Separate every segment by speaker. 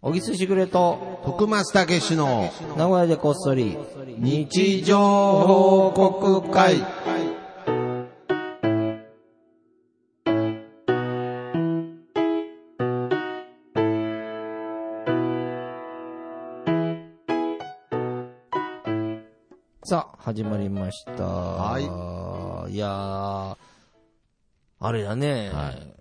Speaker 1: 小木すしぐれと、
Speaker 2: 徳松たけしの
Speaker 1: 名古屋でこっそり、
Speaker 2: 日常報告会。
Speaker 1: さあ、始まりました。。
Speaker 2: はい
Speaker 1: いやー、あれだね。
Speaker 2: はい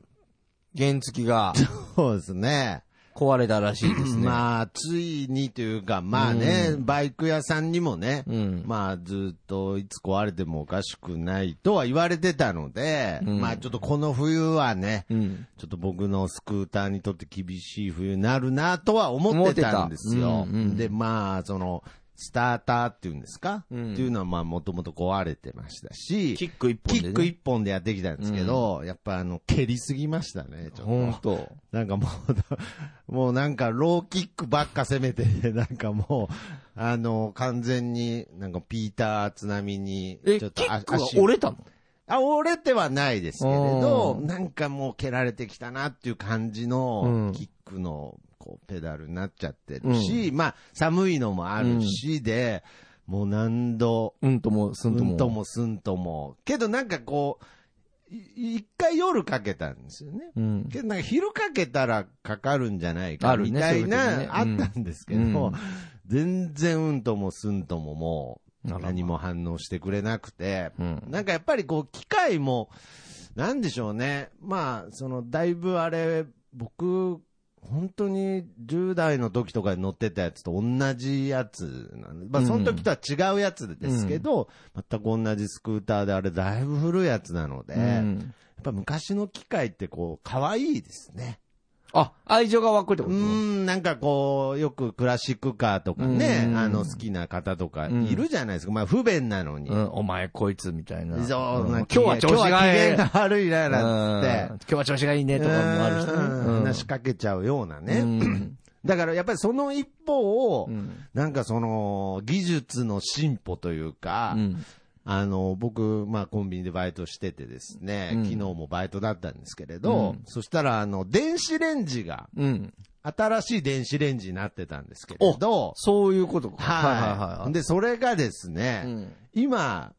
Speaker 1: 原付が
Speaker 2: そうですね。
Speaker 1: 壊れたらしい ですね。
Speaker 2: まあ、ついにというか、まあね、バイク屋さんにもね、
Speaker 1: うん
Speaker 2: まあ、ずっといつ壊れてもおかしくないとは言われてたので、まあ、ちょっとこの冬はね、
Speaker 1: うん。
Speaker 2: ちょっと僕のスクーターにとって厳しい冬になるなとは思ってたんです
Speaker 1: 思
Speaker 2: よ
Speaker 1: って。たうんうん
Speaker 2: で、まあ、その、スターターっていうんですか、
Speaker 1: うん
Speaker 2: っていうのはまあもともと壊れてましたし、
Speaker 1: キック一本でね
Speaker 2: キック一本でやってきたんですけど、やっぱあの、蹴りすぎましたね、ちょっと。
Speaker 1: ほんと。
Speaker 2: なんかもう、 もうなんかローキックばっか攻めて、 なんかもう、あの、完全になんかピーター津波に、
Speaker 1: え、
Speaker 2: ち
Speaker 1: キ
Speaker 2: ょっとあ
Speaker 1: ックが
Speaker 2: 足を
Speaker 1: 折れたの
Speaker 2: あ、折れてはないですけれど、
Speaker 1: うん
Speaker 2: なんかもう蹴られてきたなっていう感じ
Speaker 1: う
Speaker 2: の
Speaker 1: ん
Speaker 2: キックのこうペダルになっちゃってるし、まあ寒いのもあるしで、もう何度、
Speaker 1: うんとも、す
Speaker 2: うん
Speaker 1: とも。
Speaker 2: んともすんとも。けどなんかこう、い一回夜かけたんですよね。
Speaker 1: うん。
Speaker 2: けどなんか昼かけたらかかるんじゃない
Speaker 1: あ
Speaker 2: か
Speaker 1: るね
Speaker 2: みたいな、あ,、
Speaker 1: そういう時ねうん
Speaker 2: ったんですけど、
Speaker 1: うん
Speaker 2: 全然うんともすんとももう
Speaker 1: あらま
Speaker 2: 何も反応してくれなくて、
Speaker 1: うん
Speaker 2: なんかやっぱりこう機械も、なんでしょうね。まあ、そのだいぶあれ、僕、本当に10代の時とかに乗ってたやつと同じやつなんで、まあその時とは違うやつですけど、全く同じスクーターであれだいぶ古いやつなので、
Speaker 1: うん
Speaker 2: やっぱ昔の機械ってこう、可愛いですね。
Speaker 1: あ、愛情が湧くってこ
Speaker 2: う
Speaker 1: と
Speaker 2: ん、なんかこう、よくクラシックカーとかね、
Speaker 1: うん
Speaker 2: あの、好きな方とかいるじゃないですか。まあ、不便なのに。
Speaker 1: うん、お前こいつみたいな。
Speaker 2: そう、
Speaker 1: ん
Speaker 2: な
Speaker 1: 今
Speaker 2: ん
Speaker 1: 日
Speaker 2: か
Speaker 1: は調子
Speaker 2: 今日は
Speaker 1: が
Speaker 2: 機
Speaker 1: いい。
Speaker 2: 嫌が悪いな、なんつ
Speaker 1: う
Speaker 2: っ
Speaker 1: ん
Speaker 2: て。
Speaker 1: 今日は調子がいいねとかもあるしね。
Speaker 2: うん
Speaker 1: うん
Speaker 2: 話しかけちゃうような
Speaker 1: う
Speaker 2: ね。
Speaker 1: ん
Speaker 2: だからやっぱりその一方を、
Speaker 1: うん
Speaker 2: なんかその、技術の進歩というか、
Speaker 1: うん
Speaker 2: あの、僕、まあコンビニでバイトしててですね、
Speaker 1: うん
Speaker 2: 昨日もバイトだったんですけれど、
Speaker 1: うん
Speaker 2: そしたらあの、電子レンジが、
Speaker 1: うん。
Speaker 2: 新しい電子レンジになってたんですけれど、
Speaker 1: そういうことか。
Speaker 2: はい。
Speaker 1: で、
Speaker 2: で、それがですね、
Speaker 1: うん
Speaker 2: 今、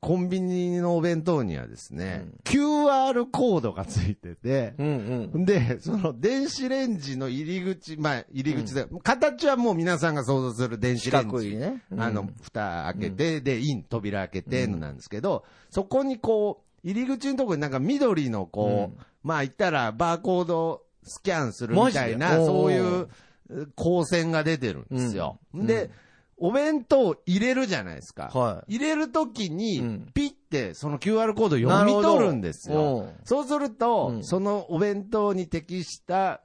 Speaker 2: コンビニのお弁当にはですね、
Speaker 1: うん
Speaker 2: QR コードがついてて、
Speaker 1: うんうん。
Speaker 2: で、その電子レンジの入り口、まあ入り口で、形はもう皆さんが想像する電子
Speaker 1: 四
Speaker 2: レン
Speaker 1: 角い
Speaker 2: ジ。
Speaker 1: ね。うん
Speaker 2: あの、、蓋開けて、で、イン、扉開けてのなんですけど、そこにこう、入り口のとこになんか緑のこう、まあ言ったらバーコードスキャンするみた
Speaker 1: マ
Speaker 2: い
Speaker 1: ジ
Speaker 2: な、
Speaker 1: で
Speaker 2: そうい
Speaker 1: お
Speaker 2: う光線が出てるんですよ。
Speaker 1: うん
Speaker 2: で、お弁当入れるじゃないですか。
Speaker 1: は
Speaker 2: 入れるとき
Speaker 1: う
Speaker 2: に
Speaker 1: ん、
Speaker 2: ピッてその QR コード
Speaker 1: い。
Speaker 2: 読み取るんです
Speaker 1: なる
Speaker 2: よ。
Speaker 1: ほど。
Speaker 2: そうすると、
Speaker 1: うん
Speaker 2: そのお弁当に適した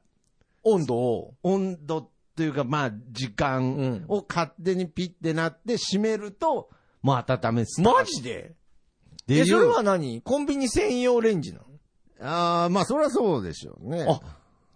Speaker 1: うん温度を。
Speaker 2: 温度っていうか、まあ、時
Speaker 1: うん
Speaker 2: 間を勝手にピッてなって閉めると、もう温めす
Speaker 1: マジで
Speaker 2: で
Speaker 1: え、それは何コンビニ専用レンジなの
Speaker 2: ああ、まあ、そりゃそうでしょうね。
Speaker 1: あ、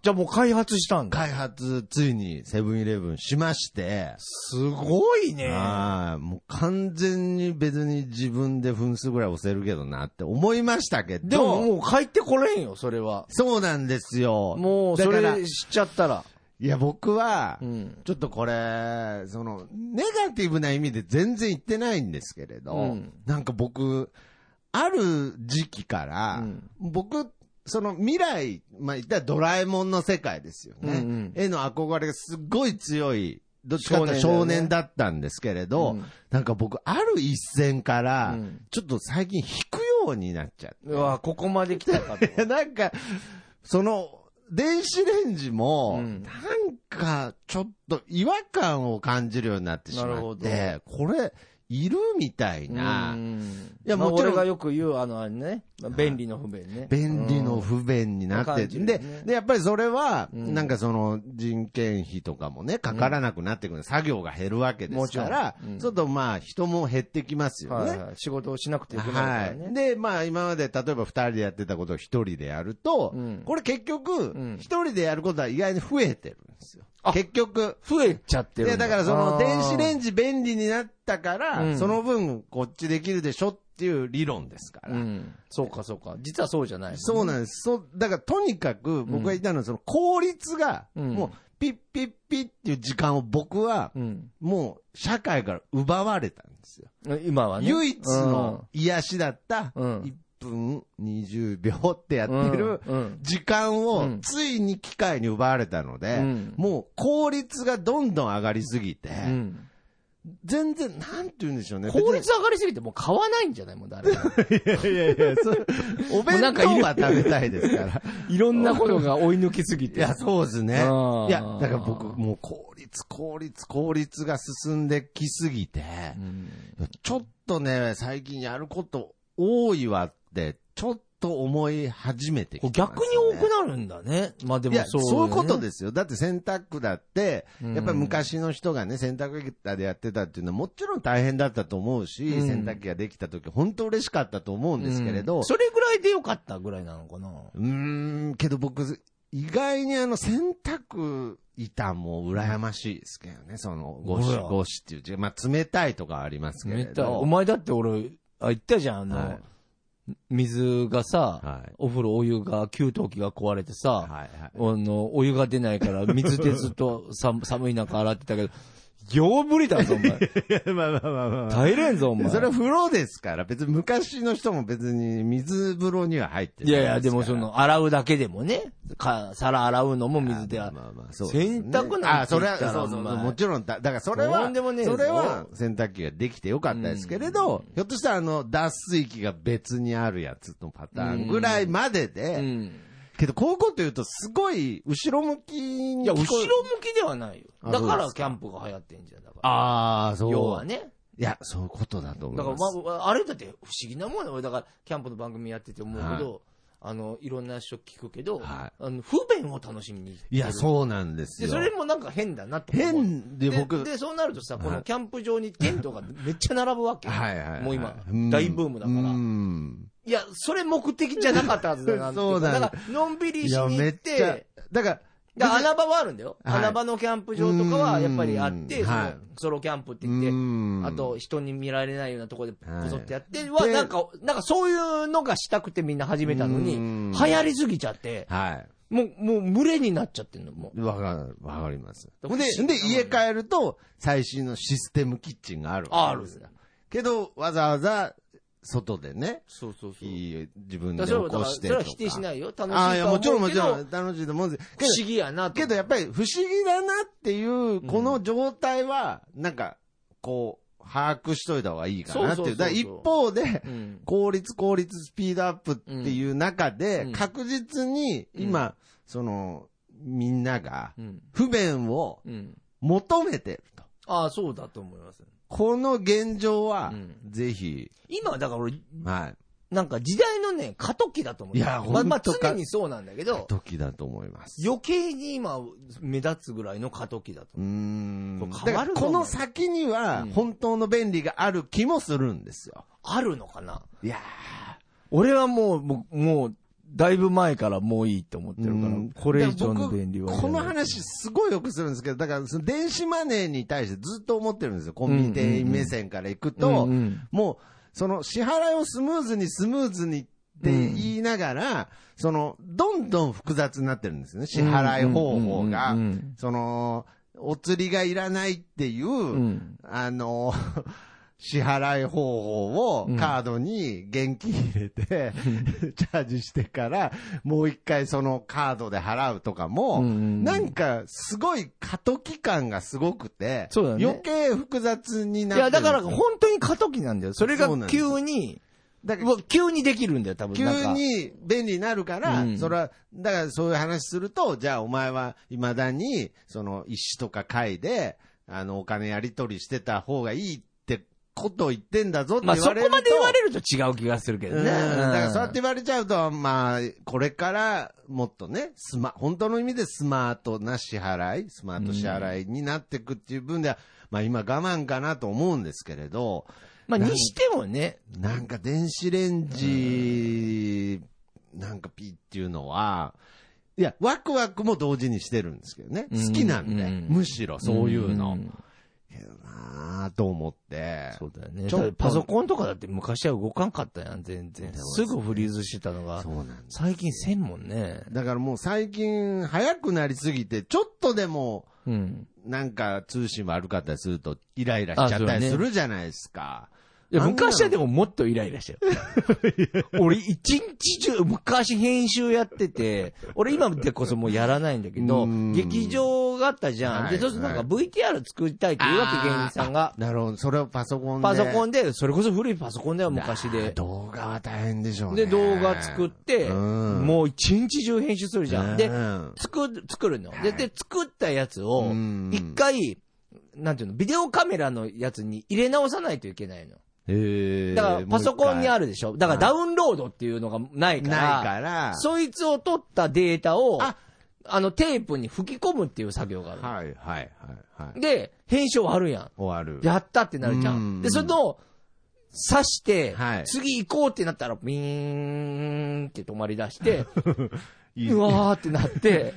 Speaker 1: じゃあもう開発したんだ。
Speaker 2: 開発、ついにセブンイレブンしまして、
Speaker 1: すごいね。
Speaker 2: はいもう完全に別に自分で分数ぐらい押せるけどなって思いましたけど、
Speaker 1: でももう帰ってこれんよ、それは。
Speaker 2: そうなんですよ。
Speaker 1: もう、そ
Speaker 2: だから
Speaker 1: れ
Speaker 2: い
Speaker 1: 知っちゃったら。
Speaker 2: や、僕は、
Speaker 1: ん。
Speaker 2: ちょっとこれ、その、ネガティブな意味で全然言ってないんですけれど、
Speaker 1: うん
Speaker 2: なんか僕、ある時期から、
Speaker 1: うん
Speaker 2: 僕、その未来、まあ、言ったらドラえもんの世界ですよ
Speaker 1: う
Speaker 2: ね。
Speaker 1: んうん
Speaker 2: 絵の憧れがすごい強い、どっちかっていうと
Speaker 1: 少
Speaker 2: 少
Speaker 1: 年
Speaker 2: 年
Speaker 1: だ
Speaker 2: だったんですけれど、
Speaker 1: うん
Speaker 2: なんか僕、ある一線から、
Speaker 1: うん
Speaker 2: ちょっと最近引くようになっちゃって。
Speaker 1: うわ、ここまで来たかと。
Speaker 2: いやなんか、その、電子レンジも、
Speaker 1: うん
Speaker 2: なんか、ちょっと違和感を感じるようになってし
Speaker 1: なる
Speaker 2: ま
Speaker 1: ほ
Speaker 2: っ
Speaker 1: ど
Speaker 2: て、これ、いるみたいな、
Speaker 1: い
Speaker 2: い
Speaker 1: や、
Speaker 2: や
Speaker 1: も
Speaker 2: もちろん
Speaker 1: 俺がよく言う、あの、あれね、便利の不便ね。
Speaker 2: 便利の不便にな
Speaker 1: うん
Speaker 2: っ
Speaker 1: わか
Speaker 2: て、
Speaker 1: る
Speaker 2: で
Speaker 1: ね
Speaker 2: で、やっぱりそれは、
Speaker 1: うん
Speaker 2: なんかその人件費とかもね、かからなくなってくる、作業が減るわけで
Speaker 1: も
Speaker 2: す
Speaker 1: ちろん
Speaker 2: から、
Speaker 1: うん
Speaker 2: ちょっとまあ、人も減ってきます
Speaker 1: うん
Speaker 2: よね。
Speaker 1: はいはい仕事をしなくていけないから
Speaker 2: はい。
Speaker 1: ね。
Speaker 2: で、まあ今まで例えば二人でやってたことを一人でやると、
Speaker 1: うん
Speaker 2: これ結局
Speaker 1: うん、
Speaker 2: 一人でやることは意外に増えてるんですよ
Speaker 1: あ。
Speaker 2: 結局。
Speaker 1: 増えちゃってるん。
Speaker 2: で、だからその電子レ
Speaker 1: ジ。
Speaker 2: ンジ便利になったから、
Speaker 1: うん
Speaker 2: その分こっちできるでしょっっていう理論ですから。
Speaker 1: うん。そうか、そうか。実はそうじゃない。
Speaker 2: そうなんです。そう、だからとにかく僕が言いたいのは、その効率が、
Speaker 1: うん
Speaker 2: もうピッピッピッっていう時間を僕は、
Speaker 1: うん。
Speaker 2: もう社会から奪われたんですよ。
Speaker 1: 今はね。
Speaker 2: 唯一の癒しだった、
Speaker 1: うん
Speaker 2: 1分20秒ってやってる
Speaker 1: うんうん
Speaker 2: 時間
Speaker 1: う
Speaker 2: を
Speaker 1: ん
Speaker 2: ついに機械に奪われたので、
Speaker 1: うん
Speaker 2: もう効率がどんどん上がりすぎて、
Speaker 1: うん、うん。
Speaker 2: 全然、なんて言うんでしょうね。
Speaker 1: 効率上がりすぎてもう買わないんじゃないもう誰も。
Speaker 2: 別にいやいやいや、 それお弁
Speaker 1: なんかい
Speaker 2: 当
Speaker 1: る
Speaker 2: は食べた いですから。
Speaker 1: いろんなこと が追い抜きすぎ
Speaker 2: い
Speaker 1: て。
Speaker 2: や、そうですね。い
Speaker 1: あー
Speaker 2: や、だから僕、もう効率、効率、効率が進んできすぎて、
Speaker 1: うん。
Speaker 2: ちょっとね、最近やること多いわって、ちょっと思い始めてきて
Speaker 1: こう
Speaker 2: ます、ね。
Speaker 1: 逆に多くなるんだね。まあで
Speaker 2: い
Speaker 1: も
Speaker 2: や
Speaker 1: そ、
Speaker 2: そうういうことですよ。だって洗濯だって、
Speaker 1: うん
Speaker 2: やっぱり昔の人がね、洗濯機でやってたっていうのはもちろん大変だったと思うし、
Speaker 1: うん
Speaker 2: 洗濯機ができた時本当嬉しかったと思うんですけれど、
Speaker 1: うんそれぐらいでよかったぐらいなのかな。
Speaker 2: うーん、けど僕、意外にあの、洗濯板も羨ましいですけどね、その、ゴ
Speaker 1: ほ
Speaker 2: シ
Speaker 1: ら
Speaker 2: ゴシっていう字、まあ、冷たいとかありますけれ
Speaker 1: めったい
Speaker 2: ど。
Speaker 1: お前だって俺、あ、言ったじゃん、あの、
Speaker 2: はい
Speaker 1: 水がさ、
Speaker 2: はい
Speaker 1: お風呂、お湯が、給湯器が壊れてさ、
Speaker 2: はいはい。
Speaker 1: あの、お湯が出ないから、水でずっと 寒寒い中洗ってたけど、ようぶりだぞ、お 前。
Speaker 2: まあまあまあまあ。
Speaker 1: 耐えれんぞ、お前。
Speaker 2: それは風呂ですから、別に昔の人も別に水風呂には入ってない
Speaker 1: やいや、
Speaker 2: す
Speaker 1: で
Speaker 2: から
Speaker 1: もそ、の、洗うだけでもね、か皿洗うのも水で
Speaker 2: まあ
Speaker 1: は。
Speaker 2: まあまあ、そうですね
Speaker 1: 洗濯なん
Speaker 2: あ、
Speaker 1: て
Speaker 2: それ
Speaker 1: 言
Speaker 2: は、
Speaker 1: ったら
Speaker 2: そうそうそう
Speaker 1: お前
Speaker 2: もちろんだ、だからそれ
Speaker 1: と
Speaker 2: は、
Speaker 1: んでもねえぞ
Speaker 2: それは洗濯機ができてよかったですけれど、ひょっとしたらあの、脱水機が別にあるやつのパターンぐらいまでで、
Speaker 1: うん。
Speaker 2: けど、こういうこと言うと、すごい、後ろ向きに
Speaker 1: いや、
Speaker 2: 聞
Speaker 1: 後ろ
Speaker 2: こえ
Speaker 1: 向きではないよ。
Speaker 2: あ
Speaker 1: だか
Speaker 2: そうで
Speaker 1: ら
Speaker 2: す
Speaker 1: キャンプが流行ってんじゃん、だから。
Speaker 2: ああ、そう。
Speaker 1: 要は。ね。
Speaker 2: いや、そういうことだと思い
Speaker 1: だから、
Speaker 2: ま。
Speaker 1: ますあ、あれだって不思議なもんだよ俺、だから、キャンプの番組やってて思うけど、あの、いろんな人聞くけど、
Speaker 2: は
Speaker 1: あの不便を楽しみに行ってる
Speaker 2: いや、そうなんです
Speaker 1: で、
Speaker 2: よ。
Speaker 1: それもなんか変だなと思う。
Speaker 2: 変で
Speaker 1: で
Speaker 2: 僕、
Speaker 1: で、そうなるとさ、こ
Speaker 2: は
Speaker 1: の
Speaker 2: い
Speaker 1: キャンプ場にテントがめっちゃ並ぶわけ。
Speaker 2: はいはいはい。
Speaker 1: もう今
Speaker 2: ん、
Speaker 1: 大ブームだから。
Speaker 2: うん
Speaker 1: いや、それ目的じゃなかったはずだなってい
Speaker 2: そうだね
Speaker 1: だから、のんびり
Speaker 2: い
Speaker 1: し
Speaker 2: や、
Speaker 1: に
Speaker 2: め
Speaker 1: 行っ
Speaker 2: っちゃ
Speaker 1: て、、
Speaker 2: だから、
Speaker 1: だから穴場はあるんだよ。
Speaker 2: はい
Speaker 1: 穴場のキャンプ場とかはやっぱりあっ
Speaker 2: う
Speaker 1: て、
Speaker 2: ん
Speaker 1: そ
Speaker 2: はい
Speaker 1: のソロキャンプって言って、
Speaker 2: うん
Speaker 1: あと、人に見られないようなところで
Speaker 2: はい
Speaker 1: こそってやって、は、
Speaker 2: で
Speaker 1: なんか、なんかそういうのがしたくてみんな始めたのに、流
Speaker 2: うん
Speaker 1: 行りすぎちゃって、
Speaker 2: は
Speaker 1: もう、もう群れになっちゃってんの、もう。
Speaker 2: い。わかる、わかります。
Speaker 1: 不
Speaker 2: ほ
Speaker 1: 思
Speaker 2: ん
Speaker 1: 議
Speaker 2: で、
Speaker 1: な
Speaker 2: ほんで、家帰ると、最新のシステムキッチンがあるわけですよ
Speaker 1: ある
Speaker 2: けど、わざわざ、外でね、
Speaker 1: そうそうそ
Speaker 2: 火自分
Speaker 1: だ
Speaker 2: で起
Speaker 1: からそれ
Speaker 2: こ
Speaker 1: は
Speaker 2: して
Speaker 1: だ
Speaker 2: と
Speaker 1: からそれは
Speaker 2: か。
Speaker 1: 否定しないよ。楽しいと
Speaker 2: ああ、いや、
Speaker 1: は思
Speaker 2: も
Speaker 1: う
Speaker 2: ちろんもちろ
Speaker 1: けど
Speaker 2: ん、楽しいと思うんですけ
Speaker 1: 不
Speaker 2: ど、
Speaker 1: 思議やなと。
Speaker 2: けどやっぱり不思議だなっていう、この状態は、なんか、こう、把握しといた方がいいかなって
Speaker 1: そ
Speaker 2: いう。
Speaker 1: うそうそうそう
Speaker 2: だから一方で、
Speaker 1: うん
Speaker 2: 効率、効率、スピードアップっていう中で、
Speaker 1: うん
Speaker 2: 確実に今、その、みんなが
Speaker 1: う、ん。
Speaker 2: 不便を
Speaker 1: うん。
Speaker 2: 求めてると。
Speaker 1: ああ、そうだと思います。
Speaker 2: この現状は、
Speaker 1: うん
Speaker 2: ぜひ、
Speaker 1: 今はだから俺、
Speaker 2: は
Speaker 1: なんか時代のね、過渡期だと思う。
Speaker 2: いや
Speaker 1: まあ、まあ
Speaker 2: ほんとか
Speaker 1: 常にそうなんだけ
Speaker 2: い、
Speaker 1: ど、
Speaker 2: 時だと思います。
Speaker 1: 余計に今、目立つぐらいの過渡期だと
Speaker 2: うーん。
Speaker 1: こ
Speaker 2: だ
Speaker 1: れ変
Speaker 2: か
Speaker 1: わ
Speaker 2: ら
Speaker 1: るぞ
Speaker 2: この先には
Speaker 1: うん
Speaker 2: 本当の便利がある気もするんですよ。
Speaker 1: あるのかない
Speaker 2: や
Speaker 1: 俺はもう、もう、もうだいぶ前からもういいと思ってるから、これ以上の便利は。
Speaker 2: この話すごいよくするんですけど、だからその電子マネーに対してずっと思ってるんですよ。コンビニ店員目線から行くと、
Speaker 1: うんうん
Speaker 2: もうその支払いをスムーズにスムーズにって言いながら、そのどんどん複雑になってるんですよね。支払い方法が。
Speaker 1: うんうんうんうん
Speaker 2: その、お釣りがいらないっていう、
Speaker 1: ん
Speaker 2: あの、支払い方法をカードに現金入れて、 チャージしてから、もう一回そのカードで払うとかも、
Speaker 1: うんうんうん
Speaker 2: なんかすごい過渡期間がすごくて、
Speaker 1: そうだね
Speaker 2: 余計複雑にないっ
Speaker 1: や、
Speaker 2: てるんで
Speaker 1: だ
Speaker 2: すよ
Speaker 1: から本当に過渡期なんだよ。それが
Speaker 2: そうなんです
Speaker 1: 急に、
Speaker 2: だから
Speaker 1: うわ急にできるんだよ、多分。なん
Speaker 2: 急
Speaker 1: か。
Speaker 2: に便利になるから、
Speaker 1: うん
Speaker 2: それは、だからそういう話すると、じゃあお前は未だに、その、石とか貝で、あの、お金やり取りしてた方がいいってことを言ってんだぞって
Speaker 1: まあ
Speaker 2: 言
Speaker 1: そ
Speaker 2: われると。
Speaker 1: こまで言われると違う気がするけど
Speaker 2: うん
Speaker 1: ね。
Speaker 2: だからそうやって言われちゃうと、まあ、これからもっとね、スマ、本当の意味でスマートな支払い、スマート支払いになっていくっていう分では、まあ今我慢かなと思うんですけれど、
Speaker 1: まあにしてもね、
Speaker 2: なんか電子レンジ、なんかピーっていうのは、いや、ワクワクも同時にしてるんですけどね。
Speaker 1: うん
Speaker 2: 好きなんで、
Speaker 1: うん
Speaker 2: むしろそういうの。
Speaker 1: うん
Speaker 2: けどなぁと思って。
Speaker 1: そうだよね。
Speaker 2: ちょっと
Speaker 1: だってパソコンとかだって昔は動かんかったやん、全然。すぐフリーズしてたのが、
Speaker 2: そうなんです。
Speaker 1: 最近せんもんね。
Speaker 2: だからもう最近早くなりすぎて、ちょっとでも、
Speaker 1: うん。
Speaker 2: なんか通信悪かったりすると、イライラしちゃったり
Speaker 1: あそうね
Speaker 2: するじゃないですか。
Speaker 1: いや、昔はでももっとイライラしたよ。 俺一日中、昔編集やってて、俺今でこそもうやらないんだけど
Speaker 2: う、ん
Speaker 1: 劇場があったじゃん。
Speaker 2: はい
Speaker 1: で、そうするとなんか VTR 作りたいって言うわけ、芸人さんが。
Speaker 2: なるほど、それをパソコンで。
Speaker 1: パソコンで、それこそ古いパソコンだよ、昔
Speaker 2: あー
Speaker 1: で。
Speaker 2: 動画は大変でしょうね。
Speaker 1: で、動画作って、
Speaker 2: うん
Speaker 1: もう一日中編集するじゃん。で
Speaker 2: う、ん
Speaker 1: 作る、作るの。で、で、作ったやつを
Speaker 2: う、ん
Speaker 1: 一回、なんていうの、ビデオカメラのやつに入れ直さないといけないの。
Speaker 2: へー
Speaker 1: だから、パソコンにあ
Speaker 2: もう
Speaker 1: るでしょ。だから、ダウンロードっていうのがない
Speaker 2: 一
Speaker 1: か
Speaker 2: 回
Speaker 1: ら、
Speaker 2: ないから。
Speaker 1: そいつを取ったデータを、あ
Speaker 2: あ
Speaker 1: の、テープに吹き込むっていう作業がある。
Speaker 2: はいはいはいはい。
Speaker 1: で、編集終わるやん。
Speaker 2: 終わる。
Speaker 1: やったってなるじゃ。
Speaker 2: うんん
Speaker 1: で、その、刺して、
Speaker 2: はい
Speaker 1: 次行こうってなったら、ビーンって止まり出 して、
Speaker 2: いいう
Speaker 1: わーってな って、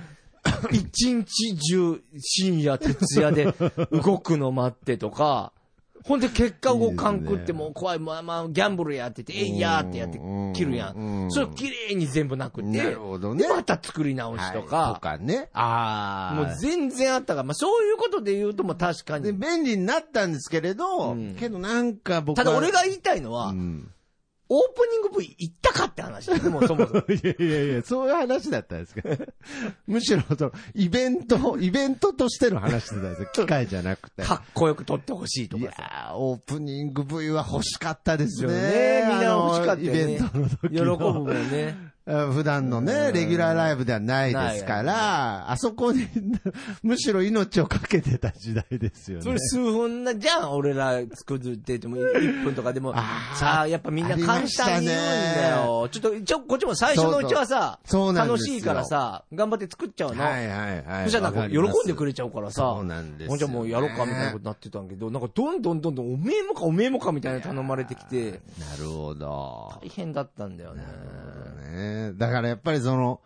Speaker 1: 一日中、深夜、徹夜で動くの待ってとか、ほんで結果動かんくって、
Speaker 2: いいですね
Speaker 1: もう怖い、まあまあ、ギャンブルやってて、えいやーってやって切るや。
Speaker 2: うんん
Speaker 1: それ綺麗に全部なくて、
Speaker 2: なるほどね
Speaker 1: でまた作り直しと
Speaker 2: はい
Speaker 1: か、
Speaker 2: とかね。あ
Speaker 1: もう全然あったから、まあそういうことで言うともう確か
Speaker 2: で
Speaker 1: に。
Speaker 2: 便利になったんですけれど、
Speaker 1: うん
Speaker 2: けどなんか僕
Speaker 1: た
Speaker 2: は
Speaker 1: だ俺が言いたいのは、
Speaker 2: うん
Speaker 1: オープニング V 行ったかって話だよ、もうそもそ も。
Speaker 2: いやいやいや、そういう話だったんですけど。 むしろ、その、イベント、イベントとしての話だったんですよ。 機械じゃなくて。
Speaker 1: かっこよく撮ってほしいと
Speaker 2: い
Speaker 1: か
Speaker 2: や
Speaker 1: さ。
Speaker 2: ー、オープニング V は欲しかったですね。
Speaker 1: みんな欲しかったよね。
Speaker 2: あのイベントの時
Speaker 1: 喜ぶ
Speaker 2: の
Speaker 1: もんね。
Speaker 2: うん普段のね、レギュラーライブではないですか
Speaker 1: ない
Speaker 2: ら、あそこに、 むしろ命をかけてた時代ですよね。
Speaker 1: それ数分なじゃん、俺ら作ってても、1分とかでも
Speaker 2: あ。ー
Speaker 1: さあ、やっぱみんな簡単に言うんだよ。ちょっと、一応こっちも最初のうちはさ、
Speaker 2: そうそうそうなんで
Speaker 1: 楽
Speaker 2: すよ
Speaker 1: しいからさ、頑張って作っちゃうの。
Speaker 2: はいはいはい。
Speaker 1: そしたらなんか喜んでく
Speaker 2: れ
Speaker 1: れちゃうからさ、
Speaker 2: そうなんですよね
Speaker 1: ほじゃもうやろうかみたいなことになってたんだけど、なんかどんどんどんどんおめえもかおめえもかみたいな頼まれてきて、
Speaker 2: なるほど。
Speaker 1: 大変だったんだよね。
Speaker 2: ねだからやっぱりその、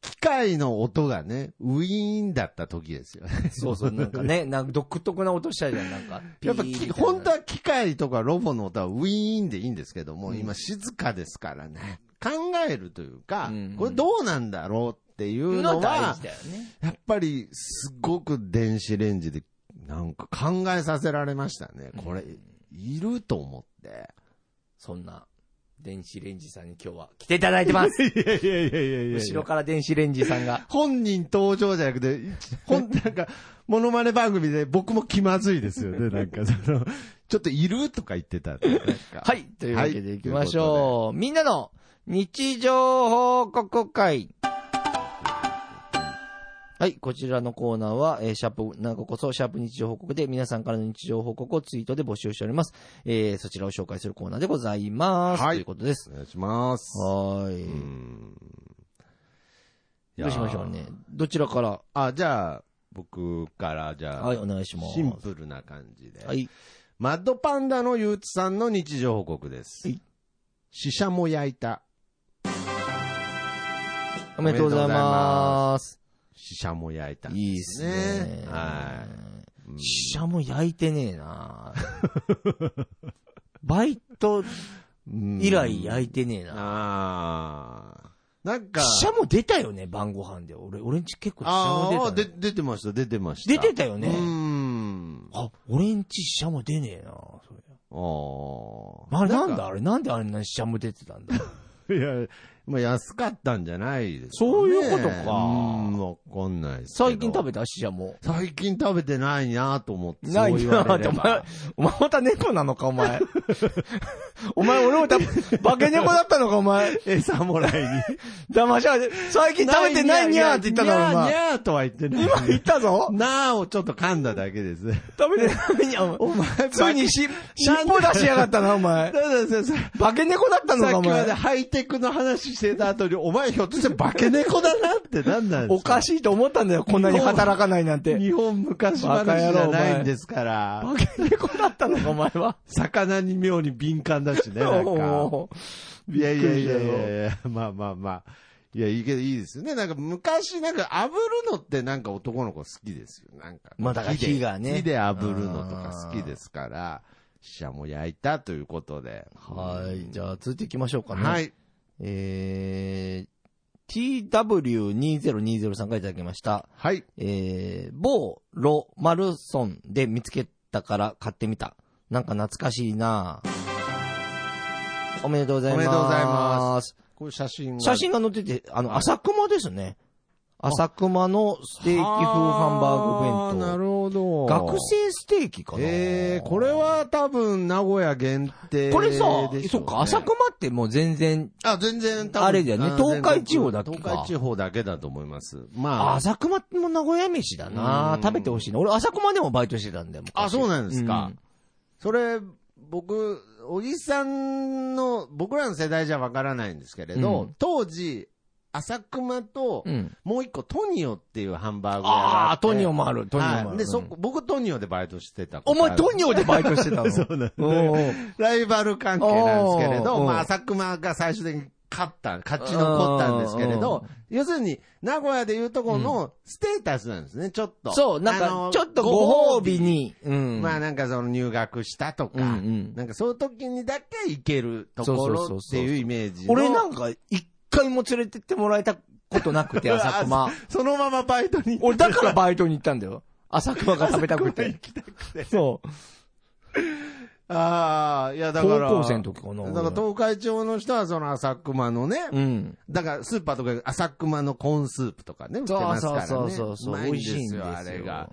Speaker 2: 機械の音がね、ウィーンだった時ですよね。
Speaker 1: そうそう、なんかね、なんか独特な音したじゃん、なんか。
Speaker 2: やっぱ
Speaker 1: ピーみたい
Speaker 2: き、
Speaker 1: な
Speaker 2: 本当は機械とかロボの音はウィーンでいいんですけども、今静かですからね。考えるというか、
Speaker 1: うん
Speaker 2: これどうなんだろうっていう
Speaker 1: の
Speaker 2: の
Speaker 1: 大
Speaker 2: は
Speaker 1: 事、だよね。
Speaker 2: やっぱりすごく電子レンジでなんか考えさせられましたね。これ、いると思って。
Speaker 1: そんな、電子レンジさんに今日は来てい ただいてます。
Speaker 2: いやいやいやいやいや
Speaker 1: 後ろから電子レンジさんが。
Speaker 2: 本人登場じゃなくて、ほん、なんか、モノマネ番組で僕も気まずいですよね。なんか、そ の、ちょっといるとか言ってたんでなんか
Speaker 1: はい、というわけで行きましょう。みんなの日常報告会。はい、こちらのコーナーは、えーシャープ、なんかこそ、シャープ日常報告で皆さんからの日常報告をツイートで募集しております。えーそちらを紹介するコーナーでございます。
Speaker 2: はい
Speaker 1: ということです。
Speaker 2: お願いします。
Speaker 1: はーい。
Speaker 2: うん
Speaker 1: どうしましょうね。。どちらから
Speaker 2: あ、じゃあ、僕から、じゃあ、
Speaker 1: はい、お願いします。
Speaker 2: シンプルな感じで。
Speaker 1: はい。
Speaker 2: マッドパンダの憂鬱さんの日常報告です。
Speaker 1: はい
Speaker 2: 死者も焼いた。
Speaker 1: おめでとうございます。
Speaker 2: 死者も焼いた。
Speaker 1: いいっすね。。
Speaker 2: はい
Speaker 1: 死者も焼いてねえ なバイト
Speaker 2: い。うん
Speaker 1: 以来焼いてねえな。
Speaker 2: ああ。なんか、
Speaker 1: 死者も出たよね、晩ご飯で。俺、俺んち結構死
Speaker 2: あ
Speaker 1: 者
Speaker 2: あ
Speaker 1: も
Speaker 2: ー、
Speaker 1: 出た
Speaker 2: で
Speaker 1: ね、
Speaker 2: 出てました、出てました。
Speaker 1: 出てたよね
Speaker 2: うーん。
Speaker 1: あ、俺んち死者も出ねえなそれ
Speaker 2: あ
Speaker 1: まあ、なんだあれ、なんであんな死者も出てたんだ
Speaker 2: あ。いや、まあ安かったんじゃないですかね
Speaker 1: そういうことか
Speaker 2: うん、わかんないですけ ど。
Speaker 1: 最近食べた死者も。
Speaker 2: 最近食べてないなと思って。
Speaker 1: ない
Speaker 2: そう言
Speaker 1: な
Speaker 2: わ
Speaker 1: あ
Speaker 2: れ
Speaker 1: って、
Speaker 2: れ
Speaker 1: お
Speaker 2: ば
Speaker 1: 前、お前また猫なのか、お 前。お前、俺もた、化け猫だったのか、お前。
Speaker 2: 餌もらい に。
Speaker 1: 騙しゃれて、最近食べてないにゃーって言っただろ、お
Speaker 2: に
Speaker 1: 前。
Speaker 2: ゃーとは言ってない。
Speaker 1: 今言ったぞ
Speaker 2: なーをちょっと噛んだだけです。
Speaker 1: 食べてないにゃー、お前。ついにし、
Speaker 2: シャン
Speaker 1: 尻尾出しやがったな、お前。
Speaker 2: そうそうそうそう
Speaker 1: 化け猫だったの
Speaker 2: さ
Speaker 1: か、
Speaker 2: っ
Speaker 1: お
Speaker 2: きま
Speaker 1: 前
Speaker 2: で。ハイテクの話してた後に、お前ひょっとして化け猫だなってなんなんで
Speaker 1: お
Speaker 2: すか
Speaker 1: かしいと思ったんだよ、こんなに働かないなんて。
Speaker 2: 日本昔話じゃないんですから
Speaker 1: 化、け猫だったのか、お前は。
Speaker 2: 魚に妙に敏感だしね、なんか。
Speaker 1: おー
Speaker 2: いやいやいや
Speaker 1: びっくり
Speaker 2: い
Speaker 1: だよ
Speaker 2: やいや、まあまあまあ。いや、いいけどいいですよね。なんか昔、なんか炙るのってなんか男の子好きですよ。なんか。
Speaker 1: まあだから火がね
Speaker 2: 火で炙るのとか好きですから、シャモ焼いたということで。
Speaker 1: はい。じゃあ、続いていきましょうかね。
Speaker 2: はい。
Speaker 1: えー、TW2020 さんからいただきました。
Speaker 2: はい。
Speaker 1: えー、某ロマルソンで見つけたから買ってみた。なんか懐かしいなぁおめでとうございます。
Speaker 2: おめでとうございます。こういう写真が。
Speaker 1: 写真が載ってて、あの、浅熊ですね。浅熊のステーキ風ハンバーグ
Speaker 2: あな
Speaker 1: 弁
Speaker 2: るほど。
Speaker 1: 当。学生ステーキかな
Speaker 2: えー、これは多分名古屋限定でしょうね。
Speaker 1: これさ、そっか、浅熊ってもう全然、
Speaker 2: あ、全然多分
Speaker 1: あれだよね
Speaker 2: うん
Speaker 1: 東海地方だっけか
Speaker 2: 東海地方だけだと思います。
Speaker 1: あ
Speaker 2: まあ、
Speaker 1: 浅熊っても名古屋飯だな
Speaker 2: うん
Speaker 1: 食べてほしいな。俺、浅熊でもバイトしてたんだよ。昔
Speaker 2: あ、そうなんですか。
Speaker 1: うん
Speaker 2: それ、僕、おじさんの、僕らの世代じゃわからないんですけれど、
Speaker 1: うん
Speaker 2: 当時、浅熊と、
Speaker 1: うん。
Speaker 2: もう一個トニオっていうハンバーグ屋が
Speaker 1: あ
Speaker 2: あ
Speaker 1: あ、
Speaker 2: って
Speaker 1: トニオもある、トニオもあ
Speaker 2: は
Speaker 1: る。
Speaker 2: いで、そ
Speaker 1: うん
Speaker 2: こ、僕トニオでバイトしてたこと
Speaker 1: お
Speaker 2: ある。
Speaker 1: 前、トニオでバイトしてたの
Speaker 2: そうなん
Speaker 1: おうおう
Speaker 2: ライバル関係なんですけれ
Speaker 1: おー
Speaker 2: ど、ま
Speaker 1: うん
Speaker 2: あ、浅熊が最終的に勝った、勝ち残ったんですけれど、要するに、名古屋でいうとこのステータスなんですね、ちょっと。
Speaker 1: そう、なん
Speaker 2: あの
Speaker 1: か、ちょっとご褒美。に、う
Speaker 2: ご褒
Speaker 1: ん。
Speaker 2: 美まあ、なんかその入学したとか、
Speaker 1: うんうん
Speaker 2: なんかそういう時にだけ行けるとこ
Speaker 1: そうそうそ
Speaker 2: ろ
Speaker 1: う
Speaker 2: っ
Speaker 1: そう
Speaker 2: ていうイメージの。
Speaker 1: 俺なんか、一回も連れてってもらえたことな くて、浅熊。
Speaker 2: そのままバイトに行っ
Speaker 1: 俺、だからバイトに行ったんだよ。浅熊が食べたくて。そう。
Speaker 2: た。ああ、いやだ
Speaker 1: 高
Speaker 2: から。
Speaker 1: 校生の時かな。
Speaker 2: だから東海町の人はその浅熊のね、
Speaker 1: うん。
Speaker 2: だから、スーパーとか、浅熊のコーンスープとかね、売って
Speaker 1: そ
Speaker 2: ま
Speaker 1: う
Speaker 2: すか
Speaker 1: そ
Speaker 2: ら
Speaker 1: う
Speaker 2: ね。
Speaker 1: そうそうそうう。
Speaker 2: ま
Speaker 1: 美
Speaker 2: いん
Speaker 1: 味し
Speaker 2: で
Speaker 1: いんですすよ、
Speaker 2: よ、あ
Speaker 1: あ
Speaker 2: れ
Speaker 1: れ
Speaker 2: が
Speaker 1: が。。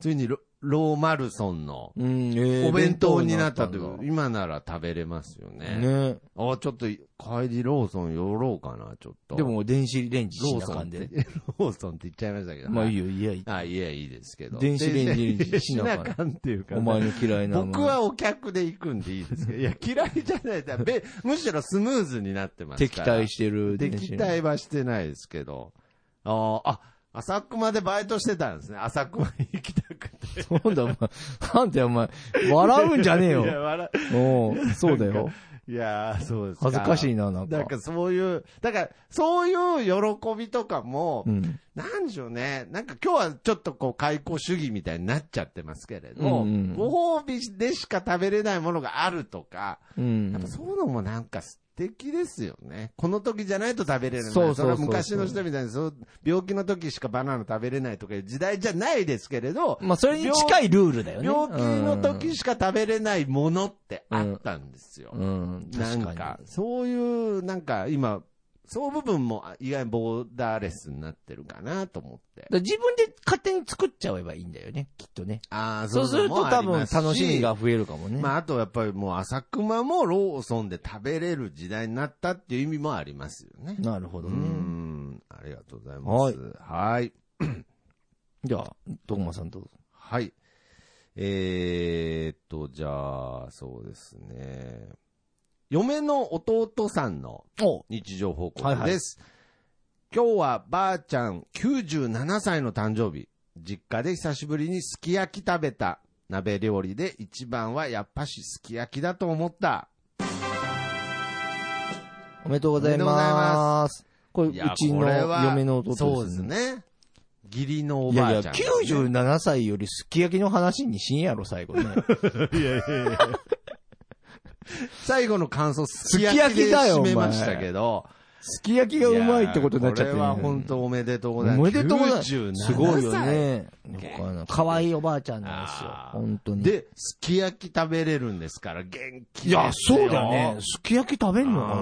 Speaker 2: ついにロ、ローマルソンの、
Speaker 1: うん、えー
Speaker 2: お弁当になったとい
Speaker 1: 弁
Speaker 2: う、
Speaker 1: 当に
Speaker 2: 今なら食べれますよ
Speaker 1: なったんだ
Speaker 2: ね。
Speaker 1: ね。
Speaker 2: あ、ちょっと、帰りローソン寄ろうかな、ちょっと。
Speaker 1: で、も、電子レンジし
Speaker 2: ロー
Speaker 1: な
Speaker 2: ソ
Speaker 1: か
Speaker 2: ンっ
Speaker 1: ん
Speaker 2: て
Speaker 1: で。、
Speaker 2: ローソンって言っちゃいましたけど。
Speaker 1: まあいい
Speaker 2: よ。
Speaker 1: よ、いや、いい
Speaker 2: あ、いや、いいですけど。
Speaker 1: 電子レンジにし
Speaker 2: し
Speaker 1: なかん
Speaker 2: なか んっていうかね、
Speaker 1: お前の嫌いな。
Speaker 2: 僕はお客で行くんでいいですけど、いや、嫌いじゃないだべむしろスムーズになってます
Speaker 1: 敵
Speaker 2: から。
Speaker 1: 対してる電子レンジ。
Speaker 2: 敵対はしてないですけど。あーあ、浅熊でバイトしてたんですね。浅熊に行きたくて。
Speaker 1: そうだ、お前。なんだよ、お前。笑うんじゃねえ
Speaker 2: いや、
Speaker 1: よ。
Speaker 2: 笑
Speaker 1: おうそうだよ。
Speaker 2: いやー、そうです
Speaker 1: 恥ずかしい
Speaker 2: な。
Speaker 1: な、なん
Speaker 2: なん
Speaker 1: か。
Speaker 2: かそういう、だからそういう喜びとかも
Speaker 1: う、ん。
Speaker 2: なんでしょうね。なんか今日はちょっとこう開口主義みたいになっちゃってますけれど、
Speaker 1: うんうん
Speaker 2: ご褒美でしか食べれないものがあるとか、
Speaker 1: うん
Speaker 2: やっ。ぱそういうのもなんか素敵ですよね。この時じゃないと食べれる
Speaker 1: そうそうそう
Speaker 2: れは昔の人みたいにそう、病気の時しかバナナ食べれないとかいう時代じゃないですけれど、
Speaker 1: まあ、それに近いルールだよね。
Speaker 2: 病気の時しか食べれないものってあったんですよ。
Speaker 1: うん。うん。
Speaker 2: な
Speaker 1: 確
Speaker 2: ん
Speaker 1: か
Speaker 2: か、そういう、なんか今、そう部分も意外にボーダーレスになってるかなと思って。
Speaker 1: に。自分で勝手に作っちゃえばいいんだよね、きっとね。
Speaker 2: ああ
Speaker 1: そうすると多分楽しみが増えるかもね。
Speaker 2: まあ、あとやっぱりもう浅熊もローソンで食べれる時代になったっていう意味もありますよね。
Speaker 1: なるほど
Speaker 2: う
Speaker 1: ね。
Speaker 2: ん。ありがとうございます。はい。
Speaker 1: じゃあ、徳間さんどうぞ。
Speaker 2: はい。えー、っと、じゃあ、そうですね。嫁の弟さんの
Speaker 1: お
Speaker 2: 日常報
Speaker 1: はいは
Speaker 2: 告
Speaker 1: い
Speaker 2: です。今日はばあちゃん97歳の誕生日。実家で久しぶりにすき焼き食べた。鍋料理で一番はやっぱしすき焼きだと思った。
Speaker 1: おめでとうござい
Speaker 2: おめでとうござい
Speaker 1: ます。これ、う
Speaker 2: いや
Speaker 1: ち
Speaker 2: こ
Speaker 1: の
Speaker 2: れは
Speaker 1: 嫁の弟
Speaker 2: そうです。ね。義理のお
Speaker 1: いやい
Speaker 2: ば
Speaker 1: や、
Speaker 2: あちゃんですね、
Speaker 1: 97歳よりすき焼きの話にしんやろ、最後ね。
Speaker 2: いやいやいや。最後の感想、す
Speaker 1: き
Speaker 2: き
Speaker 1: 焼
Speaker 2: 焼
Speaker 1: き
Speaker 2: きで
Speaker 1: だよ
Speaker 2: 締めましたけど。
Speaker 1: すき焼きがうまいってことになっちゃってる
Speaker 2: い
Speaker 1: ね、
Speaker 2: やーこれは本当おめでとうござい
Speaker 1: お
Speaker 2: ます。
Speaker 1: めでとうございます
Speaker 2: 97。歳
Speaker 1: すごいよ。ね。かわいいおばあちゃんなんですよ
Speaker 2: あ。ー
Speaker 1: 本当に。
Speaker 2: で、すき焼き食べれるんですから、元気
Speaker 1: いや、そうだね。
Speaker 2: す
Speaker 1: すき焼き食べんのかな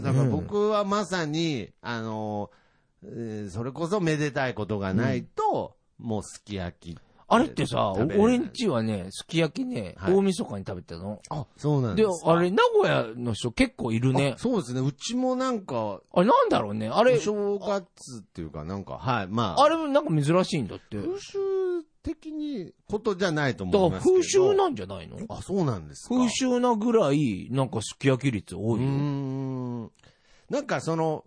Speaker 2: ないや、だから僕はまさに、あのー、えーそれこそめでたいことがないと、もうすき焼き。
Speaker 1: あれってさ、
Speaker 2: 食べれない
Speaker 1: 俺んちはね、すき焼きね、
Speaker 2: はい
Speaker 1: 大晦日に食べてたの。
Speaker 2: あ、そうなん
Speaker 1: で
Speaker 2: です、か。
Speaker 1: あれ、名古屋の人結構いるね
Speaker 2: あ。そうですね。うちもなんか、
Speaker 1: あれ、なんだろうね。あ
Speaker 2: お
Speaker 1: れ、
Speaker 2: 正月っていうか、なんか、はい、まあ。
Speaker 1: あれもなんか珍しいんだって。だか
Speaker 2: 風習的にことじゃないと思い
Speaker 1: ら
Speaker 2: ますけど。
Speaker 1: 風習なんじゃないの
Speaker 2: あ、そうなんですか。
Speaker 1: 風習なぐらい、なんかすき焼き率多
Speaker 2: う
Speaker 1: い
Speaker 2: ー
Speaker 1: よ。
Speaker 2: ん。なんかその、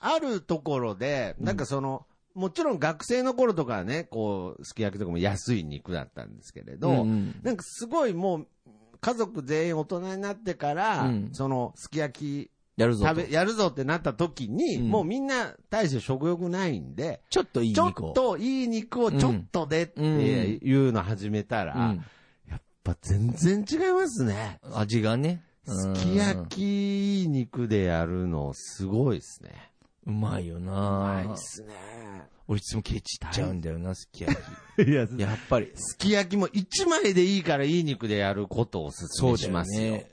Speaker 2: あるところで、なんかその、もちろん学生の頃とかはね、こう、すき焼きとかも安い肉だったんですけれど、
Speaker 1: うんうん
Speaker 2: なんかすごいもう、家族全員大人になってから、
Speaker 1: うん
Speaker 2: その、すき焼き
Speaker 1: やるぞと
Speaker 2: 食。べ、やるぞってなった時に、
Speaker 1: うん
Speaker 2: もうみんな大して食欲ないんで、
Speaker 1: ちょっといい
Speaker 2: ちょっ
Speaker 1: 肉を。
Speaker 2: といい肉をちょっとでっていうの始めたら、
Speaker 1: う
Speaker 2: や
Speaker 1: ん
Speaker 2: っぱ全然違いますね。
Speaker 1: 味がね。う
Speaker 2: す
Speaker 1: ん
Speaker 2: き焼きいい肉でやるのすごいですね。
Speaker 1: うまいよ
Speaker 2: うまい
Speaker 1: な
Speaker 2: っすね。
Speaker 1: 俺いつもケチっちゃうんだよな、すき焼
Speaker 2: いや、
Speaker 1: き。やっぱり。
Speaker 2: すき焼きも一枚でいいからいい肉でやることをおすすめしますよ。
Speaker 1: ね。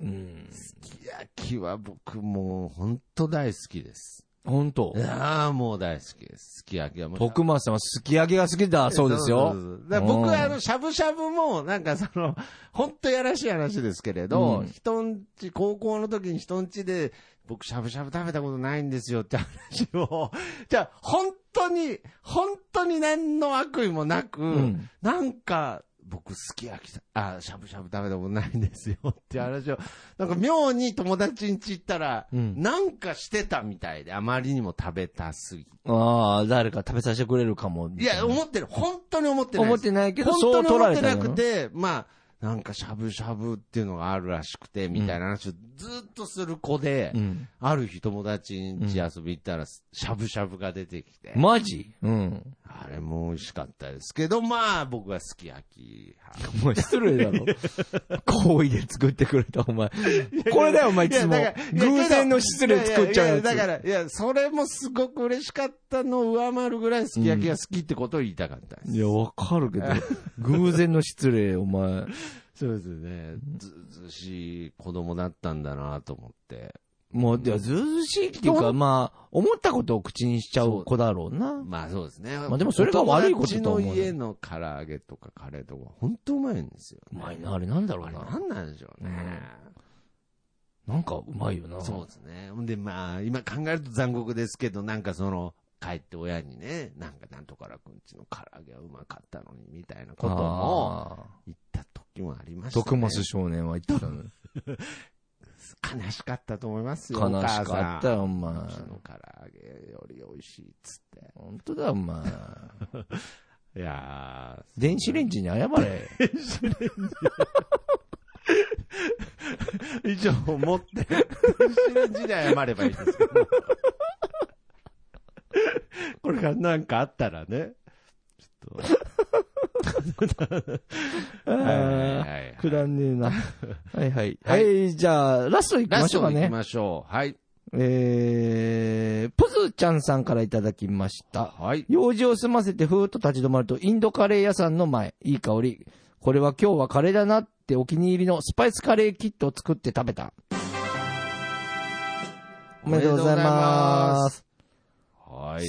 Speaker 1: うん。
Speaker 2: すき焼きは僕もう本当大好きです。
Speaker 1: 本当
Speaker 2: ああ、もう大好きです。すき焼きはもう。
Speaker 1: 徳松さんはすき焼きが好きだそうですよ
Speaker 2: そう。そうそうだから僕はあ
Speaker 1: う
Speaker 2: の、
Speaker 1: ん
Speaker 2: しゃぶしゃぶも、なんかその、 ほんとやらしい話ですけれど、
Speaker 1: うん
Speaker 2: 人んち、高校の時に人んちで、僕しゃぶしゃぶ食べたことないんですよって話を、 じゃあ、本当に、本当に何の悪意もなく、
Speaker 1: うん
Speaker 2: なんか、僕すき焼きさ、あ、しゃぶしゃぶ食べたことないんですよって話を、なんか妙に友達んち行ったら、
Speaker 1: うん
Speaker 2: なんかしてたみたいで、あまりにも食べたすぎて。
Speaker 1: ああ、誰か食べさせてくれるかも。
Speaker 2: いや、思ってる。本当に思ってない
Speaker 1: 思
Speaker 2: で
Speaker 1: っ
Speaker 2: す。
Speaker 1: てないけど、
Speaker 2: 本
Speaker 1: そ
Speaker 2: 当
Speaker 1: う
Speaker 2: に
Speaker 1: 取ら
Speaker 2: 思っ
Speaker 1: れ
Speaker 2: て
Speaker 1: た
Speaker 2: なん
Speaker 1: だ
Speaker 2: く
Speaker 1: よ
Speaker 2: て、まあ、なんかしゃぶしゃぶっていうのがあるらしくて、みたいな話をずっとする子で、
Speaker 1: うん。
Speaker 2: ある日友達に家遊び行ったら、しゃぶしゃぶが出てきて、
Speaker 1: マジうん。
Speaker 2: あれも美味しかったですけど、まあ僕はすき焼き派。
Speaker 1: お前失礼だ ろ。好意で作ってくれた、お前。これだよ、お前い
Speaker 2: いや
Speaker 1: つも
Speaker 2: だからい。やけど
Speaker 1: 偶然の失礼作っちゃうや
Speaker 2: いやいやいや
Speaker 1: つ。
Speaker 2: だから、いや、それもすごく嬉しかったのを上回るぐらいすき焼きが好きってことを言いたかったです。
Speaker 1: いや、わかるけど、 偶然の失礼、お前。
Speaker 2: そうですね。ずうずうしい子供だったんだなと思って。
Speaker 1: もう、いや、ずうずうしいっていうか、まあ、思ったことを口にしちゃう子だろうな。
Speaker 2: まあそうですね。
Speaker 1: まあでもそれが悪いこととは思うよ
Speaker 2: 友達の家の唐揚げとかカレーとか、ほんとうまいんですよ、
Speaker 1: う
Speaker 2: ね。
Speaker 1: まいな、あれなんだろ
Speaker 2: あ
Speaker 1: う
Speaker 2: れ
Speaker 1: な
Speaker 2: な。んなんでしょうね。
Speaker 1: なんかうまいよな。
Speaker 2: そうですね。ほんでまあ、今考えると残酷ですけど、なんかその、帰って親にね、なんかなんとからくんちの唐揚げはうまかったのに、みたいなことも
Speaker 1: ああ。
Speaker 2: 言った時もありました、ね。
Speaker 1: 徳松少年は言ってたの。
Speaker 2: 悲しかったと思いますよ。
Speaker 1: 悲しかったよ、お前
Speaker 2: お。母さん。うちの唐揚げより美味しいっつっ
Speaker 1: 本当だよ、お前。
Speaker 2: て。いやー、
Speaker 1: 電子レンジに 謝れ。
Speaker 2: 以上持 って、電子レンジで謝ればいいですけど。これがなんかあったらね、ちょっ
Speaker 1: あ
Speaker 2: と。
Speaker 1: ー
Speaker 2: はい
Speaker 1: くだんねえ な。はいはい。は
Speaker 2: はい
Speaker 1: い、じゃあ、ラスト行き
Speaker 2: ラ
Speaker 1: ま
Speaker 2: ス
Speaker 1: しょう
Speaker 2: ト
Speaker 1: か
Speaker 2: 行き
Speaker 1: ね。
Speaker 2: ましょう。はい。
Speaker 1: えー、プズちゃんさんからいただきました。
Speaker 2: はい。
Speaker 1: 用事を済ませてふーっと立ち止まると、インドカレー屋さんの前、いい香り。これは今日はカレーだなってお気に入りのスパイスカレーキットを作って食べた。おめでとうございます。
Speaker 2: おめでとうございます。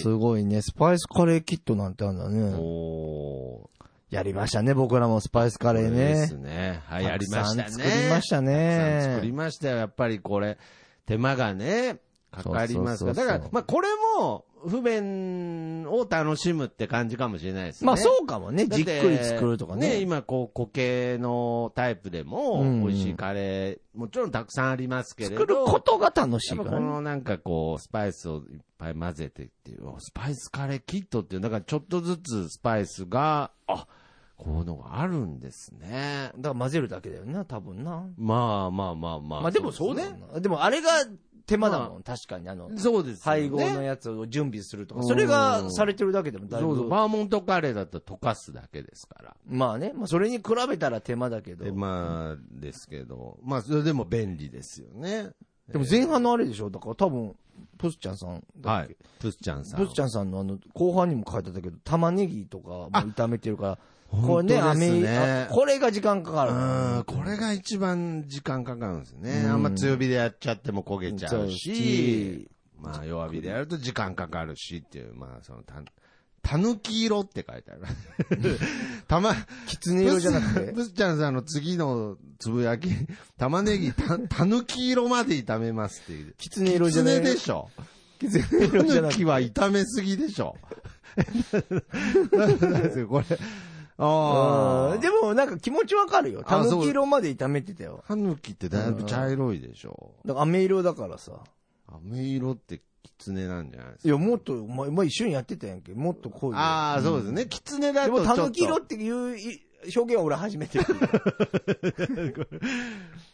Speaker 1: すごいね。スパイスカレーキットなんてあるんだ
Speaker 2: はい。
Speaker 1: ね。
Speaker 2: おー。
Speaker 1: やりましたね、僕らもスパイスカレー
Speaker 2: で
Speaker 1: ね
Speaker 2: す。ね。はい、やりましたね。
Speaker 1: たくさん作りましたね
Speaker 2: たくさん作りましたよ。やっぱりこれ、手間がね、かかりますか
Speaker 1: そうそうそ
Speaker 2: ら。
Speaker 1: うそう
Speaker 2: だから、まあこれも、不便を楽しむって感じかもしれないですね。
Speaker 1: まあそうかもね、
Speaker 2: だ
Speaker 1: じ
Speaker 2: て
Speaker 1: っくり作るとかね。
Speaker 2: 今こう固形のタイプでも、
Speaker 1: うん
Speaker 2: 美味しいカレー、もちろんたくさんありますけれど。
Speaker 1: 作ることが楽し
Speaker 2: や
Speaker 1: い
Speaker 2: っ
Speaker 1: か
Speaker 2: ぱ
Speaker 1: ら
Speaker 2: こ
Speaker 1: ね。
Speaker 2: のなんかこう、スパイスをいっぱい混ぜてっていう、おスパイスカレーキットっていう、だからちょっとずつスパイスが、あこういうのがあるんですね。
Speaker 1: だから混ぜるだけだよな、多分な。
Speaker 2: まあまあまあまあ。
Speaker 1: まあでもそうだよ。な。でもあれが手間だもん、確かに。あの、
Speaker 2: そうですよ
Speaker 1: 配
Speaker 2: ね。
Speaker 1: 合のやつを準備するとか。
Speaker 2: うん
Speaker 1: それがされてるだけでもだい
Speaker 2: そうそう。
Speaker 1: ぶ。
Speaker 2: バーモントカレーだったら溶かすだけですから。
Speaker 1: まあね、まあそれに比べたら手間だけど
Speaker 2: で。まあ、ですけど。まあ、それでも便利ですよね。
Speaker 1: でも前半のあれでしょだから多分、プスちゃんさんだ
Speaker 2: は
Speaker 1: っけ
Speaker 2: い。プスちゃんさん。
Speaker 1: プスちゃんさんのあの、後半にも書いてあったけど、玉ねぎとかもう炒めてるから、これね、
Speaker 2: 本当です
Speaker 1: 飴
Speaker 2: ね
Speaker 1: あこれが時間かかる。
Speaker 2: うん、これが一番時間かかるんですね。
Speaker 1: うん
Speaker 2: あんま強火でやっちゃっても焦げちゃう
Speaker 1: そうし
Speaker 2: し、まあ弱火でやると時間かかるしっていう、まあそのた、たぬき色って書いてある。 たま、
Speaker 1: きつね色じゃなくて。
Speaker 2: ブスちゃんさんの次のつぶやき、玉ねぎた、たぬき色まで炒めますっていう。
Speaker 1: きつね色じゃな
Speaker 2: 狐
Speaker 1: い。
Speaker 2: でしょ。
Speaker 1: きつね
Speaker 2: た
Speaker 1: 色じゃな
Speaker 2: ぬ
Speaker 1: くて。
Speaker 2: きは炒めすぎで しょ。 なんですよ、これ。あ
Speaker 1: う
Speaker 2: あ
Speaker 1: ん。でもなんか気持ちわかるよ。た
Speaker 2: あ
Speaker 1: ぬ
Speaker 2: そう
Speaker 1: き色まで炒めてたよ。
Speaker 2: タヌキってだいぶ茶色いでしょ。
Speaker 1: だから飴色だからさ。
Speaker 2: 飴色って狐なんじゃないです
Speaker 1: い
Speaker 2: か。
Speaker 1: や、もっと、お前、お前一緒にやってたやんけ。もっと濃いよ。
Speaker 2: ああ、そうですね。狐だ
Speaker 1: で
Speaker 2: とちょ
Speaker 1: も
Speaker 2: っと。
Speaker 1: たぬき色っていうい
Speaker 3: 表現は俺初めて聞いた。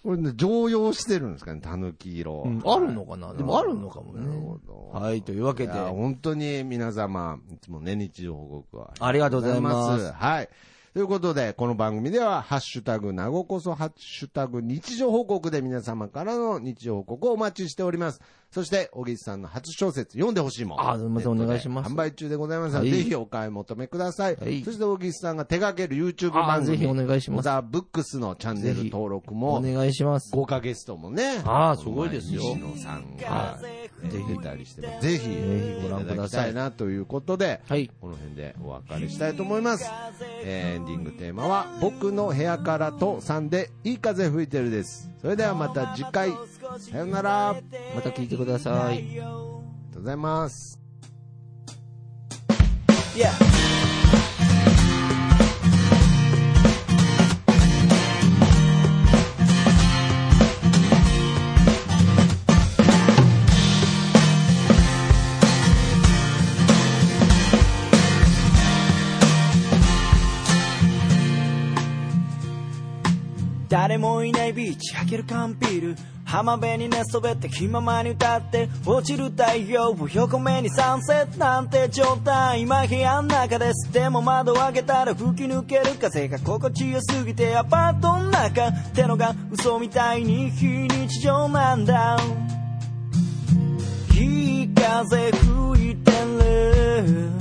Speaker 2: これね、常用してるんですかね、たぬき色。
Speaker 3: うん あるのかなでもあるのかもね
Speaker 2: なるほど。
Speaker 3: はい、というわけ
Speaker 2: い
Speaker 3: で、
Speaker 2: や本当に皆様、いつもね、日常報告は。
Speaker 3: ありがとうございます
Speaker 2: はい。ということで、この番組では、ハッシュタグ、なごこそ、ハッシュタグ、日常報告で皆様からの日常報告をお待ちしております。そして、小木さんの初小説、読んでほしいもん。
Speaker 3: あすいません
Speaker 2: ネットで
Speaker 3: お願いします
Speaker 2: 販売中でございますの
Speaker 3: は
Speaker 2: で、
Speaker 3: い
Speaker 2: ぜひお買い求めください。
Speaker 3: はい
Speaker 2: そして、小木さんが手掛ける YouTube
Speaker 3: あ
Speaker 2: 番組、
Speaker 3: ぜひお願いします
Speaker 2: ザ・ブックスのチャンネル登録
Speaker 3: お
Speaker 2: も、
Speaker 3: 願いします。
Speaker 2: 豪華ゲストもね。
Speaker 3: あーすごいですよ
Speaker 2: 西野さんが、
Speaker 3: ぜ
Speaker 2: ぜ
Speaker 3: ひ
Speaker 2: ひ出たりしてます。ぜひ、
Speaker 3: ぜひご覧ください
Speaker 2: たきたなということで、
Speaker 3: はい。
Speaker 2: この辺でお別れしたいと思います。えーエンディングテーマは、僕の部屋からと3で、いい風吹いてるです。それではまた次回、さよなら。ありがと
Speaker 3: また聞いてください。
Speaker 2: うございます。
Speaker 1: Yeah.「誰もいないビーチ開ける缶ビール」「浜辺に寝そべって気ままに歌って」「落ちる太陽を横目にサンセットなんて状態」「今部屋の中です」「でも窓を開けたら吹き抜ける風が心地よすぎて」「アパートの中ってのが嘘みたいに非日常なんだ」「いい風吹いてる」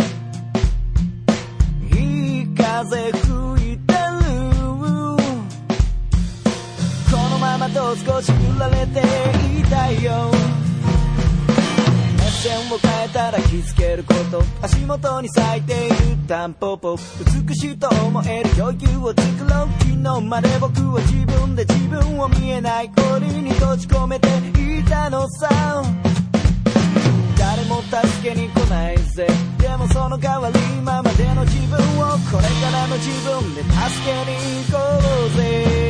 Speaker 1: 「いい風吹いてる」このままと少し振られていたいよ目線を変えたら気づけること足元に咲いているタンポポ美しいと思える余裕を作ろう昨日まで僕は自分で自分を見えない氷に閉じ込めていたのさ誰も助けに来ないぜでもその代わり今までの自分をこれからの自分で助けに行こうぜ